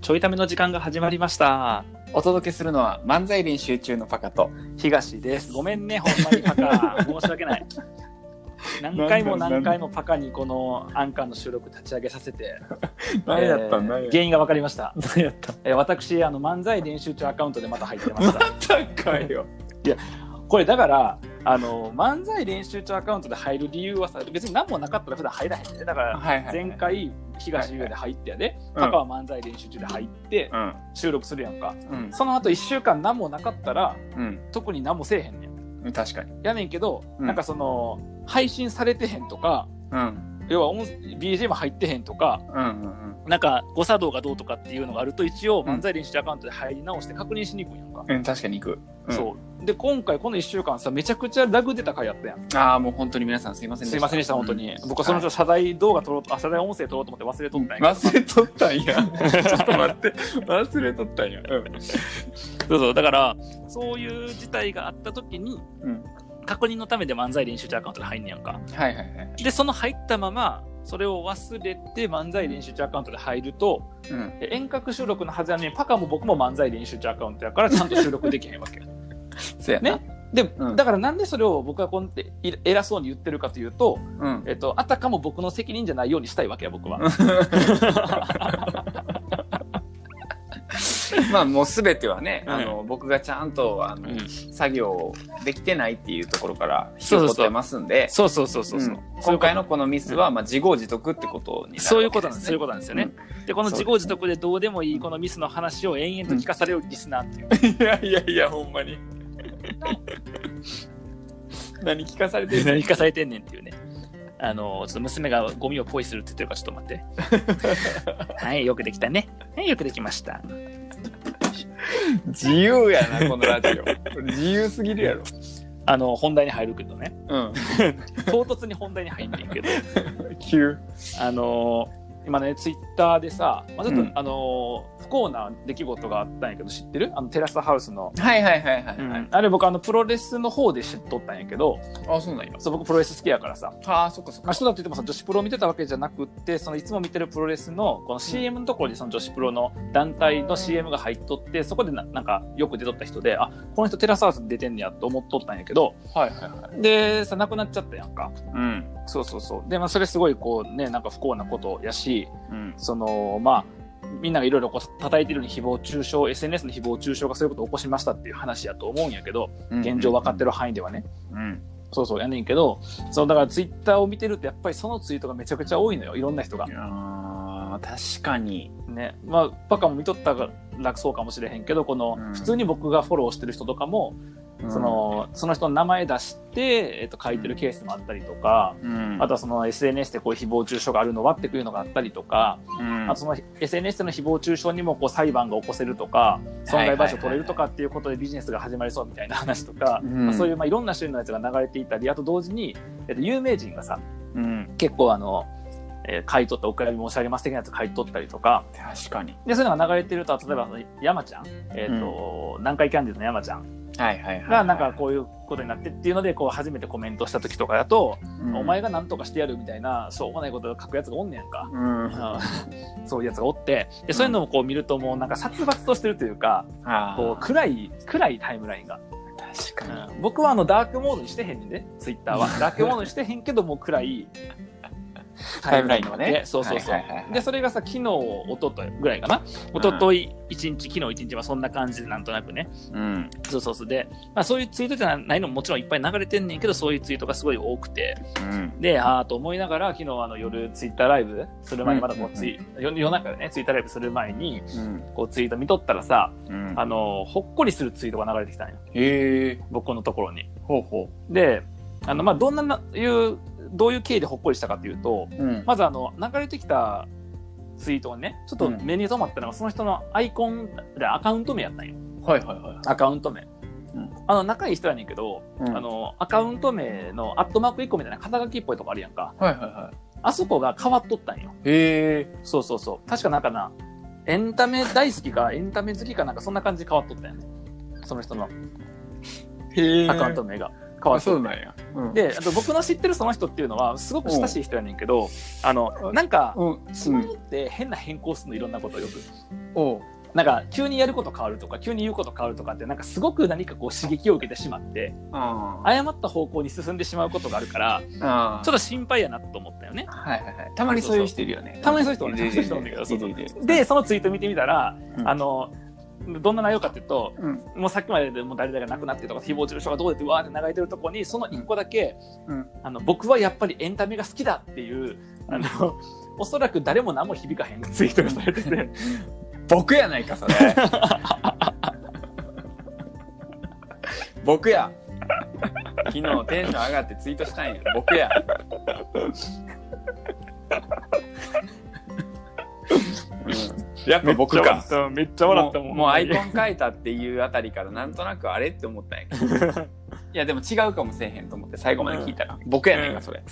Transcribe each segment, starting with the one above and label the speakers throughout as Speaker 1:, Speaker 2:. Speaker 1: ちょいための時間が始まりました。
Speaker 2: お届けするのは漫才練習中のパ カと。
Speaker 1: 東です。ごめんね、ほんまにパカ。申し訳ない。何回も何回もパカにこのアンカーの収録立ち上げさせて、
Speaker 2: 何やった
Speaker 1: えー
Speaker 2: ん何や
Speaker 1: 原因が分かりました。
Speaker 2: 何やったん
Speaker 1: えー私あの、漫才練習中アカウントでまた入ってま した。
Speaker 2: 何かよ。
Speaker 1: これだからあの、漫才練習中アカウントで入る理由はさ、別に何もなかったら普段入らへんね。だから
Speaker 2: はいはい。
Speaker 1: 前回、東優で入ってやで、
Speaker 2: はいは
Speaker 1: パ
Speaker 2: い
Speaker 1: カは漫才練習中で入って
Speaker 2: うん。
Speaker 1: 収録するやんか。
Speaker 2: うん。
Speaker 1: その後1週間何もなかったら、特に何もせえへんねん。
Speaker 2: うん。確かに。
Speaker 1: やねんけど、
Speaker 2: うん
Speaker 1: なんかその配信されてへんとか
Speaker 2: うん。
Speaker 1: 要は音 BGM 入ってへんとか
Speaker 2: うんうん
Speaker 1: なんか誤作動がどうとかっていうのがあると一応
Speaker 2: うん
Speaker 1: 漫才練習アカウントで入り直して確認しに行くんやんか、
Speaker 2: うん。うん、確かに行く。うん
Speaker 1: そうで今回この1週間さめちゃくちゃラグ出た回やったやん
Speaker 2: ああ、もう本当に皆さんすいませんでし
Speaker 1: す
Speaker 2: た。
Speaker 1: いませんでした本当に、
Speaker 2: うん
Speaker 1: 僕はその
Speaker 2: は
Speaker 1: 人謝罪動画撮ろうとあ謝罪音声撮ろうと思って忘れとったんやけど、
Speaker 2: 忘れとったん や。ちょっと待って。忘れとったんや。う
Speaker 1: そうそうだからそういう事態があった時に
Speaker 2: ん。うん。
Speaker 1: 確認のためで漫才練習中アカウントで入んねやんか
Speaker 2: はいはいはい。
Speaker 1: でその入ったままそれを忘れて漫才練習中アカウントで入ると、
Speaker 2: うん。
Speaker 1: で遠隔収録のはずなのにパカも僕も漫才練習中アカウントやからちゃんと収録できへんわけ
Speaker 2: そうやな。
Speaker 1: ねで、
Speaker 2: うん
Speaker 1: だからなんでそれを僕はこうやってい偉そうに言ってるかというと、
Speaker 2: うん。
Speaker 1: えっと、あたかも僕の責任じゃないようにしたいわけや僕は
Speaker 2: まあもうすべてはね、
Speaker 1: うん
Speaker 2: あの僕がちゃんとあの、
Speaker 1: うん
Speaker 2: 作業できてないっていうところから引き
Speaker 1: そうそうそ
Speaker 2: 起こ
Speaker 1: う
Speaker 2: ってますんで
Speaker 1: そうそうそうそうそう、
Speaker 2: うん今回のこのミスは、まあ、自業自得ってことになる
Speaker 1: そういうこと
Speaker 2: わ
Speaker 1: なんで
Speaker 2: け
Speaker 1: す、そういう
Speaker 2: でね
Speaker 1: ことなんですよね。で、この自業自得でどうでもいいこのミスの話を延々と聞かされるリスナーっていう。
Speaker 2: いやいやいやほん まに何聞かされてる
Speaker 1: 何聞かされてんねんっていうね。あの、ちょっと娘がゴミをポイするって言ってるから、ちょっと待って。 はい、よくできたね。はい、よくできました。
Speaker 2: 自由やなこのラジオ自由すぎるやろ
Speaker 1: あの、本題に入るけどね。
Speaker 2: うん
Speaker 1: 唐突に本題に入ってんけど。
Speaker 2: 急
Speaker 1: あのー今ねツイッターでさ、まあ、ちょっと、
Speaker 2: うん
Speaker 1: あのー不幸な出来事があったんやけど知ってるあのテラスハウスの、
Speaker 2: はいはいはいはい、はい
Speaker 1: あれ僕あのプロレスの方で知っとったんやけど
Speaker 2: あそうなんや
Speaker 1: そう僕プロレス好きやからさ、
Speaker 2: あーそっかそっ
Speaker 1: まあ、人だって言ってもさ女子プロ見てたわけじゃなくってそのいつも見てるプロレスのこの CM のところにその女子プロの団体の CM が入っとってそこでななんかよく出とった人であこの人テラスハウス出てんねやと思っとったんやけど
Speaker 2: かはいはいはい
Speaker 1: でさ亡くなっちゃったやんか
Speaker 2: うん
Speaker 1: そうそうそうで、まあ、それすごいこうねなんか不幸なことやし
Speaker 2: うん
Speaker 1: そのまあみんながいろいろこう叩いてるように誹謗中傷 SNS の誹謗中傷がそういうことを起こしましたっていう話やと思うんやけど現状分かってる範囲ではね、
Speaker 2: うん
Speaker 1: そうそうやねんけどそのだからツイッターを見てるとやっぱりそのツイートがめちゃくちゃ多いのよいろんな人が
Speaker 2: い。やー確かに
Speaker 1: ねまあバカも見とったからそうかもしれへんけどこの
Speaker 2: うん
Speaker 1: 普通に僕がフォローしてる人とかも、そのその人の名前出して、えっと、書いてるケースもあったりとか。
Speaker 2: うん、
Speaker 1: あとはその SNS でこう誹謗中傷があるのはっていうのがあったりとか、
Speaker 2: うん
Speaker 1: あとその SNS での誹謗中傷にもこう裁判が起こせるとか損害賠償取れるとかっていうことでビジネスが始まりそうみたいな話とか、
Speaker 2: うん
Speaker 1: まあそういうまあいろんな種類のやつが流れていたりあと同時に、えっと、有名人がさ
Speaker 2: うん、
Speaker 1: 結構あの、えー買い取ったお悔やみ申し上げます的なやつ買い取ったりとか
Speaker 2: 確かに
Speaker 1: でそういうのが流れてると例えばその山ちゃん、えっと南海キャンディーズの山ちゃん
Speaker 2: はいはいはい
Speaker 1: がなんかこういうことになってっていうのでこう初めてコメントした時とかだと、
Speaker 2: うん
Speaker 1: お前が何とかしてやるみたいなしょうもないことを書くやつがおんねやんか。
Speaker 2: うん
Speaker 1: うん そういうやつがおってでそういうのをこう見るともうなんか殺伐としてるというか
Speaker 2: あ
Speaker 1: こう暗い暗いタイムラインが、
Speaker 2: 確かに
Speaker 1: 僕はあのダークモードにしてへんねんでツイッターはダークモードにしてへんけどもう暗い
Speaker 2: タイムラインのね
Speaker 1: でそうそうそう、
Speaker 2: はいはいはいはい
Speaker 1: でそれがさ昨日おとといぐらいかなおととい一日昨日一日はそんな感じでなんとなくね
Speaker 2: うん
Speaker 1: そうそうそうで、まあ、そういうツイートじゃないのももちろんいっぱい流れてんねんけどそういうツイートがすごい多くて
Speaker 2: うん
Speaker 1: で、あーと思いながら、昨日あの夜ツイッターライブする前に、まだこうツイ、夜夜中でね、ツイッターライブする前に、
Speaker 2: うん
Speaker 1: こうツイート見とったらさ、
Speaker 2: うん
Speaker 1: あの、ほっこりするツイートが流れてきたんよ。
Speaker 2: へえ
Speaker 1: 僕のところに。
Speaker 2: ほうほ
Speaker 1: で、あの、まあ、どんなな、いう、どういう経緯でほっこりしたかっていうと、
Speaker 2: ううん
Speaker 1: まずあの、流れてきたツイートがね、ちょっと
Speaker 2: うん
Speaker 1: 目に留まったのが、その人のアイコン、アカウント名やったんよ。
Speaker 2: はいはいは
Speaker 1: アカウント名。
Speaker 2: ん
Speaker 1: あの、仲いい人やねんけど、
Speaker 2: いうん
Speaker 1: あの、アカウント名のアットマーク1個みたいな肩書きっぽいとこあるやんか。
Speaker 2: はいはいは
Speaker 1: あそこが変わっとったんよ。
Speaker 2: いへえ
Speaker 1: そうそうそう。確かなんかな、エンタメ大好きか、エンタメ好きかなんかそんな感じで変わっとったよね。その人の
Speaker 2: へ
Speaker 1: アカウント名が。わっ
Speaker 2: あ、
Speaker 1: てて
Speaker 2: そうなんや。うん、
Speaker 1: であと僕の知ってるその人っていうのはすごく親しい人やねんけど、あのなんか
Speaker 2: うん、うん、
Speaker 1: 人によって変な変更するのいろんなことをよく
Speaker 2: おう
Speaker 1: なんか急にやること変わるとか急に言うこと変わるとかってなんかすごく何かこう刺激を受けてしまって
Speaker 2: あー
Speaker 1: 誤った方向に進んでしまうことがあるから
Speaker 2: あー
Speaker 1: ちょっと心配やなと思ったよね。
Speaker 2: はいはいはい。たまにそういう人いるよね。
Speaker 1: たまにそういう人おるね
Speaker 2: いるいる
Speaker 1: たまにそういう人おるんだけど
Speaker 2: いるいる
Speaker 1: でそのツイート見てみたら、
Speaker 2: うん
Speaker 1: あのどんな内容かっていうと
Speaker 2: うん、
Speaker 1: もうさっきまででもう誰々が亡くなってとか誹謗中傷がどうでってうわーって流れてるとこにその一個だけ、
Speaker 2: うん
Speaker 1: あの僕はやっぱりエンタメが好きだっていうあの、 おそらく誰も何も響かへんツイートがされてて
Speaker 2: 僕やないか、それ。僕や。昨日テンション上がってツイートしたんや。僕や。うん、やっぱ僕か。
Speaker 1: うんめっちゃ笑ったもん
Speaker 2: ううアイコン変えたっていうあたりからなんとなくあれって思ったんやけどいやでも違うかもせえへんと思って最後まで聞いたら、僕やねんかそれ、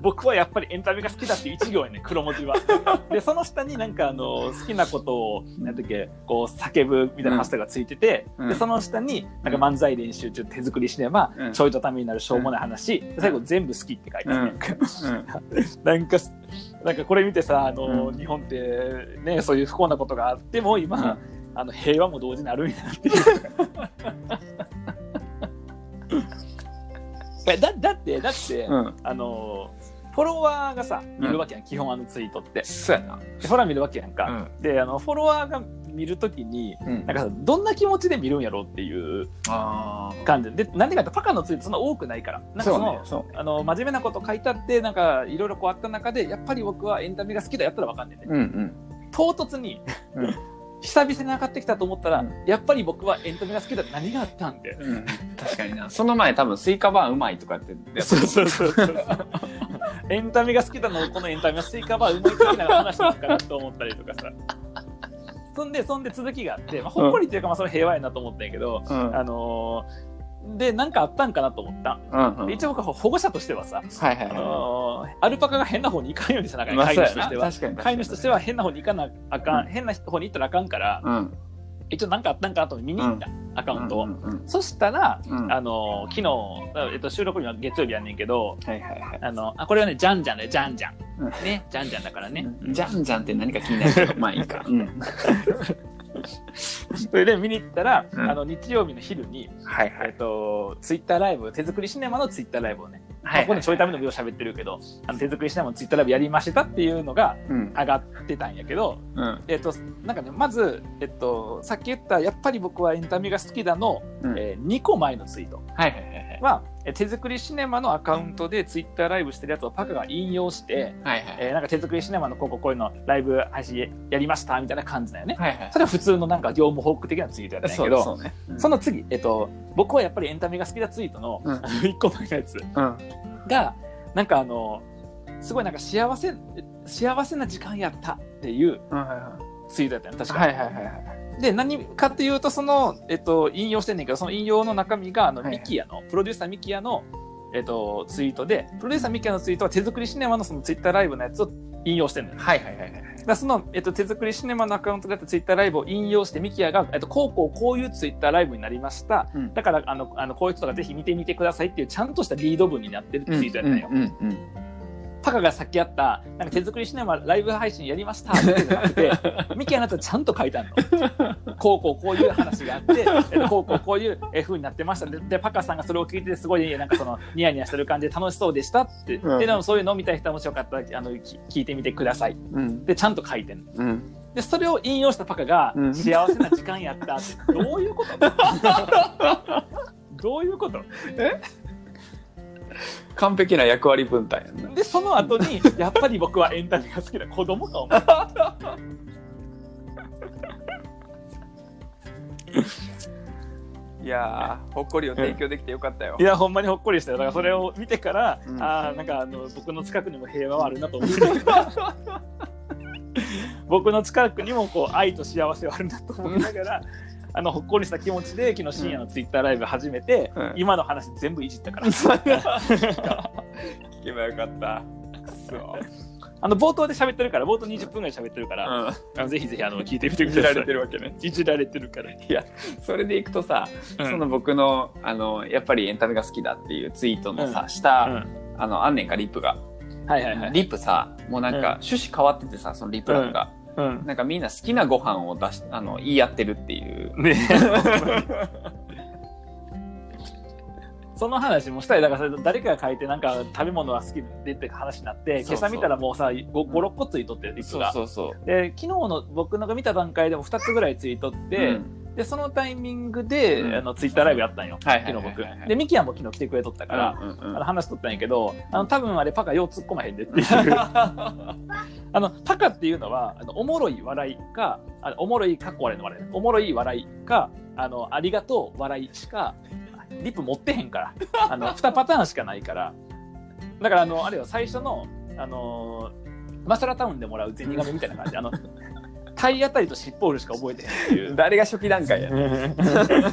Speaker 1: 僕はやっぱりエンタメが好きだっていう一行やね黒文字 は。でその下になんかあの好きなことをなんだっけこう叫ぶみたいなハッシュタグがついてて、
Speaker 2: うん
Speaker 1: でその下になんか漫才練習中手作りシネマ、
Speaker 2: うん
Speaker 1: ちょいとためになるしょうもない話、で最後全部好きって書いてある、 なんかなんかこれ見てさあの、
Speaker 2: うん
Speaker 1: 日本ってねそういう不幸なことがあっても今、あの平和も同時にあるんやなっていう えだだってだって、
Speaker 2: うん、うん、
Speaker 1: あのフォロワーがさ見るわけやん、基本あのツイートって
Speaker 2: そうやな
Speaker 1: でほら見るわけやんか、
Speaker 2: うん
Speaker 1: であのフォロワーが見るときに
Speaker 2: うん
Speaker 1: なんかさどんな気持ちで見るんやろうっていう
Speaker 2: あ
Speaker 1: 感じででなんでかってパカのツイートそんな多くないからなんかそ
Speaker 2: そう
Speaker 1: の
Speaker 2: ねそうね
Speaker 1: あの真面目なこと書いたってなんかいろいろこうあった中でやっぱり僕はエンタメが好きだやったらわかんないね、
Speaker 2: うんうん
Speaker 1: 唐突に、
Speaker 2: うん
Speaker 1: 久々に上がってきたと思ったら、
Speaker 2: うん
Speaker 1: やっぱり僕はエンタメが好きだって何があったんで
Speaker 2: うん、確かになその前多分スイカバーうまいとか ってやつ
Speaker 1: そうそうそうそう。エンタメが好きなのこのエンタメはスイカバーうまい的な話なのかなと思ったりとかさ。そんで、そんで続きがあって、まあ、ほっこりっていうか、まあ、それ平和やなと思ったんやけど、
Speaker 2: うん
Speaker 1: あのーで、なんかあったんかなと思った。
Speaker 2: うんうん
Speaker 1: で一応僕は保護者としてはさ、
Speaker 2: はいはい
Speaker 1: あ
Speaker 2: は
Speaker 1: のーアルパカが変な方に行かんようにした
Speaker 2: い
Speaker 1: 中
Speaker 2: まあ
Speaker 1: 飼い
Speaker 2: そう
Speaker 1: 主と
Speaker 2: や
Speaker 1: し
Speaker 2: な
Speaker 1: ては。
Speaker 2: 確かに
Speaker 1: 飼い主としては変な方に行かなあかん、変な方に行ったらあかんから、
Speaker 2: うん
Speaker 1: 一応なんかあったんかなと見に行った、アカウントを。
Speaker 2: うんうん
Speaker 1: そしたら、
Speaker 2: うん
Speaker 1: あの昨日、えっと、収録日は月曜日やねんけど
Speaker 2: はいはいはい
Speaker 1: あのあこれはねじゃんじゃんねじゃんじゃん
Speaker 2: うん
Speaker 1: ねじゃんじゃんだからね、
Speaker 2: うんじゃんじゃんって何か気になるけどまあいい か、うん、
Speaker 1: それで見に行ったら、
Speaker 2: うん
Speaker 1: あの日曜日の昼に、
Speaker 2: はいは
Speaker 1: えっと、ツイッターライブ手作りシネマのツイッターライブをね、
Speaker 2: は
Speaker 1: ま
Speaker 2: いはい
Speaker 1: あここでちょいための部を喋ってるけどあの手作りシネマのツイッターライブやりましたっていうのが
Speaker 2: うん
Speaker 1: 上がってたんやけど、
Speaker 2: うん
Speaker 1: えっと、なんかねまず、えっと、さっき言った「やっぱり僕はエンタメが好きだの」
Speaker 2: うん
Speaker 1: え2個前のツイート
Speaker 2: はいはいはい
Speaker 1: はえ手作りシネマのアカウントでツイッターライブしてるやつをパカが引用して、
Speaker 2: はいはい
Speaker 1: えーなんか手作りシネマのこうこうこういうのライブ配信やりましたみたいな感じだよね。
Speaker 2: はいはい
Speaker 1: それは普通のなんか業務報告的なツイートやったんや
Speaker 2: そ
Speaker 1: け
Speaker 2: う
Speaker 1: ど、
Speaker 2: そうね
Speaker 1: その次、えっと、僕はやっぱりエンタメが好きだツイートの、
Speaker 2: うん
Speaker 1: あの1個前のやつ
Speaker 2: うん
Speaker 1: が、なんかあの、すごいなんか幸せ、幸せな時間やったっていう
Speaker 2: はいは
Speaker 1: ツイートやったよね、確か、
Speaker 2: いはいはい
Speaker 1: で、何かっていうと、その、えっと、引用してんねんけど、その引用の中身が、あの、
Speaker 2: はいはい
Speaker 1: ミキヤの、プロデューサーミキヤの、えっと、ツイートで、プロデューサーミキヤのツイートは手作りシネマのそのツイッターライブのやつを引用してんのよ。
Speaker 2: はいはいはいはい
Speaker 1: だからその、えっと、手作りシネマのアカウントであったツイッターライブを引用してミキヤが、えっと、こうこうこういうツイッターライブになりました、
Speaker 2: うん
Speaker 1: だからあのあのこういう人がぜひ見てみてくださいっていうちゃんとしたリード文になってるツイートやったんよ、
Speaker 2: うんうんうん
Speaker 1: パカがさっきあったなんか手作りシネマライブ配信やりましたっていうのがあって ミキヤのやつはちゃんと書いてあるのこうこうこういう話があっ てえっとこうこうこういうえ風になってましたででパカさんがそれを聞いてすごいなんかそのニヤニヤしてる感じで楽しそうでしたって、
Speaker 2: うん
Speaker 1: ででもそういうの見たい人はもしよかったらあのき聞いてみてください
Speaker 2: うん
Speaker 1: でちゃんと書いてる
Speaker 2: うん
Speaker 1: でそれを引用したパカが「
Speaker 2: うん
Speaker 1: 幸せな時間やった」 ってどういうことどういうこと
Speaker 2: 完璧な役割分担やんな
Speaker 1: でその後に「やっぱり僕はエンタメが好きだ子供かお前」
Speaker 2: いやーほっこりを提供できてよかったよ
Speaker 1: いやほんまにほっこりしたよだからそれを見てから、
Speaker 2: うん
Speaker 1: あーなんかあの僕の近くにも平和はあるなと 思って僕の近くにもこう愛と幸せはあるなと思いながら。あのほっこりした気持ちで昨日深夜のツイッターライブ始めて、
Speaker 2: うん
Speaker 1: 今の話全部いじったから、
Speaker 2: 聞けばよかったくそ
Speaker 1: あの冒頭で喋ってるから冒頭20分ぐらい喋ってるから、
Speaker 2: うん
Speaker 1: あのぜひぜひあの聞いてみて
Speaker 2: い
Speaker 1: く
Speaker 2: じ
Speaker 1: ださい
Speaker 2: られてるわけね。
Speaker 1: いじられてるから、
Speaker 2: それでいくとさ、
Speaker 1: うん
Speaker 2: その僕のあのやっぱりエンタメが好きだっていうツイートのさ、下、
Speaker 1: うん
Speaker 2: あのあんねんかリップが、
Speaker 1: はいはいはい、
Speaker 2: リップさもうなんか趣旨変わっててさそのリップ欄が、
Speaker 1: うん、
Speaker 2: なんかみんな好きなご飯を出しあの言い合ってるっていう。
Speaker 1: ね その話もしたいだからそれ誰かが書いてなんか食べ物は好きでって話になって
Speaker 2: そうそ
Speaker 1: 今
Speaker 2: う
Speaker 1: 朝見たらもうさ56個ついとってリップ
Speaker 2: そう
Speaker 1: が
Speaker 2: そうそう。
Speaker 1: で昨日の僕のが見た段階でも2つぐらいついとって、
Speaker 2: うん
Speaker 1: でそのタイミングで、
Speaker 2: うん
Speaker 1: あのツイッターライブやったんよ、
Speaker 2: はいはい
Speaker 1: 昨
Speaker 2: は
Speaker 1: 日
Speaker 2: いはい
Speaker 1: 僕でミキヤンも昨日来てくれとったから、
Speaker 2: うんうんうん
Speaker 1: あの話しとったんやけどあの多分あれパカよう突っ込まへんでっ ていうあのパカっていうのはあのおもろい笑いかあのおもろいかっこ笑いの笑いおもろい笑いかあのありがとう笑いしかリップ持ってへんからあ の2パターンしかないからだからあのあれよ最初のあのーマサラタウンでもらう銭亀みたいな感じあ の体当たりと尻尾折るしか覚えてへんっていう
Speaker 2: 誰が初期段階やねん。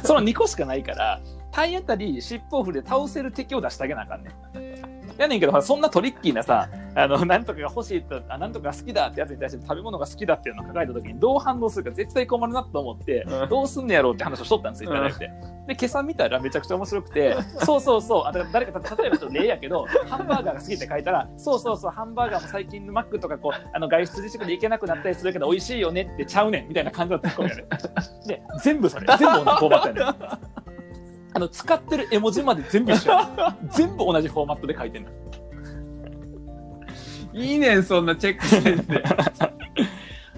Speaker 1: その2個しかないから体当たり尻尾振りで倒せる敵を出してあげなあかんねん。やねんけどほらそんなトリッキーなさあのなんとかが欲しいとあなんとかが好きだってやつに対して食べ物が好きだっていうのを書かれた時にどう反応するか絶対困るなと思って、
Speaker 2: うん
Speaker 1: どうすんねやろうって話をしとったんですよ、いただいて。で今朝見たらめちゃくちゃ面白くてそうそうそうあだから誰か例えばちょっと例やけどハンバーガーが好きって書いたらそうそうそうハンバーガーも最近マックとかこうあの外出自粛で行けなくなったりするけど美味しいよねってちゃうねんみたいな感じだったやねで全部それ全部同じフォーマットやねんあの使ってる絵文字まで全部一緒やねん全部同じフォーマットで書いてんの
Speaker 2: いいねん、そんなチェックしてん で。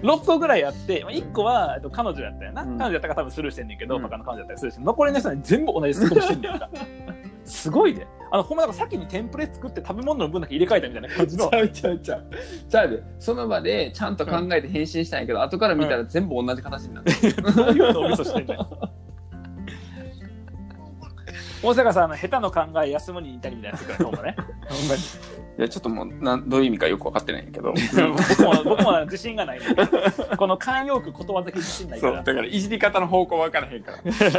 Speaker 1: 6個ぐらいあって、まあ、1個はえっと彼女やったよな、
Speaker 2: うん
Speaker 1: 彼女やったから多分スルーしてんねんけど、
Speaker 2: うん
Speaker 1: バカの彼女やったらスルーしてん残りの人は全部同じスルーしてんねんか すごいで、あのほんまなんか先にテンプレ作って食べ物の分だけ入れ替えたみたいな感じの
Speaker 2: ちゃうちゃうちゃう。ちゃうで、その場でちゃんと考えて返信したんやけど、後から見たら全部同じ形になってる。
Speaker 1: どういうのを味噌してんねん大阪さんあの下手の考え休むに似たりみたいなやつからほんまね ほんまに
Speaker 2: いや、ちょっともうなん、どういう意味かよく分かってないんやけ ど。
Speaker 1: 僕も僕も自信がないねんこの慣用句ことわざき自信ないか
Speaker 2: そう
Speaker 1: ら
Speaker 2: だからいじり方の方向分からへんか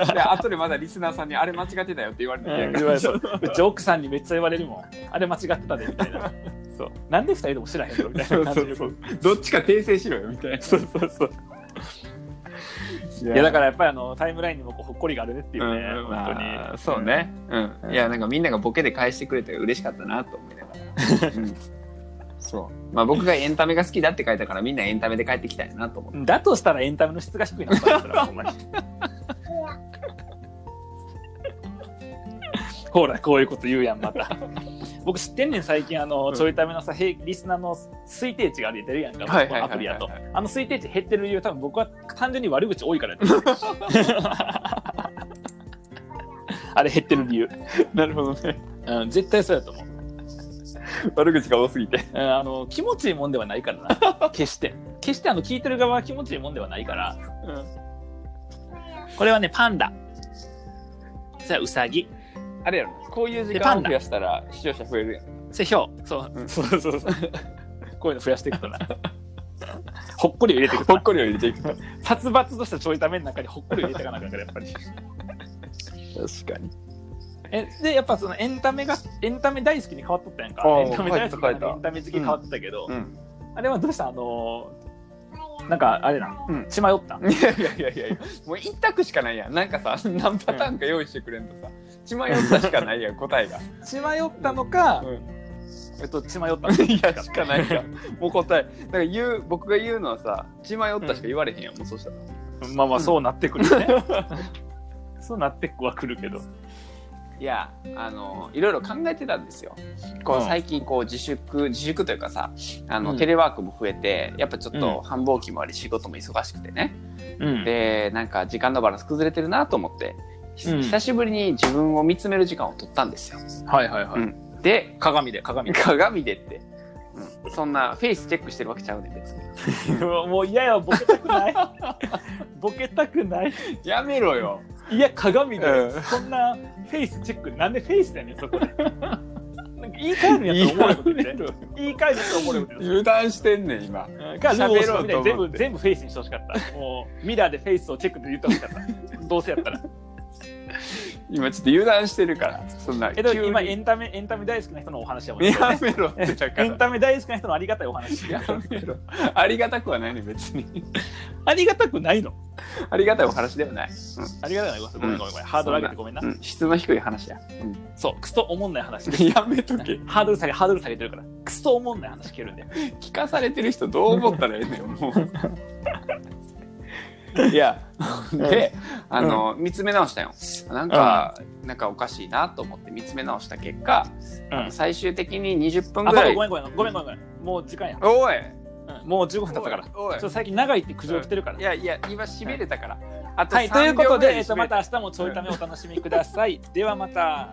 Speaker 2: らで後でまだリスナーさんにあれ間違ってたよって言われて
Speaker 1: うん
Speaker 2: る
Speaker 1: 言われそううち奥さんにめっちゃ言われるもんあれ間違ってたでみたい なそうなんで二人とも知らへんのみたいな感じで
Speaker 2: そうどっちか訂正しろよみたいなそうそうそうい
Speaker 1: いやだ
Speaker 2: か
Speaker 1: からやっぱりあのタイムラインにもこうほっこりがあるねっていうね、
Speaker 2: うん
Speaker 1: 本当に、
Speaker 2: まあそうね、うん
Speaker 1: うん
Speaker 2: いやなんかみんながボケで返してくれて嬉しかったなと思いながら、うんそうまあ僕がエンタメが好きだって書いたからみんなエンタメで帰ってきたいなと思って
Speaker 1: だとしたらエンタメの質が低いなと思ったらほんまにほらこういうこと言うやんま た僕知ってんねん最近あの、
Speaker 2: うん
Speaker 1: ちょいためのさ平リスナーの推定値が出てるやんか、
Speaker 2: はいはいはいはい
Speaker 1: アプリやとあの推定値減ってる理由多分僕は単純に悪口多い からやと思うあれ減ってる理由、
Speaker 2: なるほどね
Speaker 1: うん、絶対そうやと思う、
Speaker 2: 悪口が多すぎて
Speaker 1: うんあの気持ちいいもんではないからな決して決してあの聞いてる側は気持ちいいもんではないからこれはねパンダそれはウサギ
Speaker 2: あれやろなこういう時
Speaker 1: でパ
Speaker 2: 間
Speaker 1: ン
Speaker 2: を
Speaker 1: ダ
Speaker 2: 増やしたら視聴者増えるやん
Speaker 1: それヒョウそう、
Speaker 2: うん
Speaker 1: そうそうそうこういうの増やしていくとなほっこりを入れていくと
Speaker 2: ほ
Speaker 1: な
Speaker 2: っこりを入れていくと
Speaker 1: 殺伐としたちょいための中にほっこりを入れていかなきゃからやっぱり
Speaker 2: 確かに
Speaker 1: えでやっぱそのエンタメがエンタメ大好きに変わっとったやんか
Speaker 2: ああ
Speaker 1: エンタメ大好きから
Speaker 2: 変えた変えた
Speaker 1: エンタメ好きに変わってたけど、
Speaker 2: うん
Speaker 1: あれはどうしたあのーなんかあれな、
Speaker 2: うん
Speaker 1: 血迷った
Speaker 2: いやいやいやいやもう一択しかないやんなんかさ何パターンか用意してくれんとさ血迷ったしかないやん答 えが、
Speaker 1: 血迷ったのか、
Speaker 2: うん、
Speaker 1: えっと血迷 ったのか
Speaker 2: いやしかないやんもう答えだから言う僕が言うのはさ血迷ったしか言われへんやん、もうそうしたら
Speaker 1: まあまあそうなってくるよねそうなってはくるけど
Speaker 2: いやあのいろいろ考えてたんですよこう、
Speaker 1: うん
Speaker 2: 最近こう自粛自粛というかさあの、
Speaker 1: うん
Speaker 2: テレワークも増えてやっぱちょっ
Speaker 1: うん
Speaker 2: と繁忙期もあり仕事も忙しくてね、
Speaker 1: うん
Speaker 2: でなんか時間のバランス崩れてるなと思って、ひ
Speaker 1: うん
Speaker 2: 久しぶりに自分を見つめる時間を取ったんですよ。
Speaker 1: はいはいはい、
Speaker 2: うんで
Speaker 1: 鏡で鏡で
Speaker 2: 鏡でって、うんそんなフェイスチェックしてるわけちゃうねん別に。
Speaker 1: もう嫌やボケたく ないボケたくない
Speaker 2: やめろよ。
Speaker 1: いや鏡で、
Speaker 2: うん
Speaker 1: そんなフェイスチェックなんでフェイスだねんそこ でなんか言い換えるんやったらおもろいこと言って言い換えるんやったらおもろいこと言って
Speaker 2: 油断してんねん今。
Speaker 1: かルー
Speaker 2: 喋ろうと思っ
Speaker 1: みたい
Speaker 2: て
Speaker 1: に全部全部フェイスにして ほしかったもうミラーでフェイスをチェックで言ってほしかったどうせやったら
Speaker 2: 今ちょっと油断してるからそんな
Speaker 1: えで
Speaker 2: 急
Speaker 1: も
Speaker 2: に
Speaker 1: 今エンタメエンタメ大好きな人のお話やもんね
Speaker 2: やめろってだか
Speaker 1: エン
Speaker 2: ら
Speaker 1: タメ大好きな人のありがたいお話
Speaker 2: やめろありがたくはないね別に
Speaker 1: ありがたくないの
Speaker 2: ありがたいお話ではない、
Speaker 1: ありがたくないごめんごめんごめん、ハードル上げてごめんな
Speaker 2: う、
Speaker 1: そうん
Speaker 2: 質の低い話や、
Speaker 1: クソおもんない話です
Speaker 2: うんやめとけ
Speaker 1: ハードル下げハードル下げてるからクソおもんない話聞けるんで
Speaker 2: 聞かされてる人どう思ったらええ ねんもういやであの、見つめ直したよなんか、なんかおかしいなと思って見つめ直した結果、
Speaker 1: うん
Speaker 2: 最終的に20分
Speaker 1: あ
Speaker 2: ぐ
Speaker 1: パ
Speaker 2: ら
Speaker 1: パ
Speaker 2: い
Speaker 1: ごめんごめんごめんごめんごめんもう時間や、
Speaker 2: おい
Speaker 1: うんもう15分経ったからち
Speaker 2: おいお
Speaker 1: ょ
Speaker 2: い
Speaker 1: っと最近長いって苦情来てるから
Speaker 2: いやいや今しびれたから、あ
Speaker 1: はい、ということで、えっと、
Speaker 2: ま
Speaker 1: ま
Speaker 2: た
Speaker 1: た明日もちょいためお楽しみください。ではまた。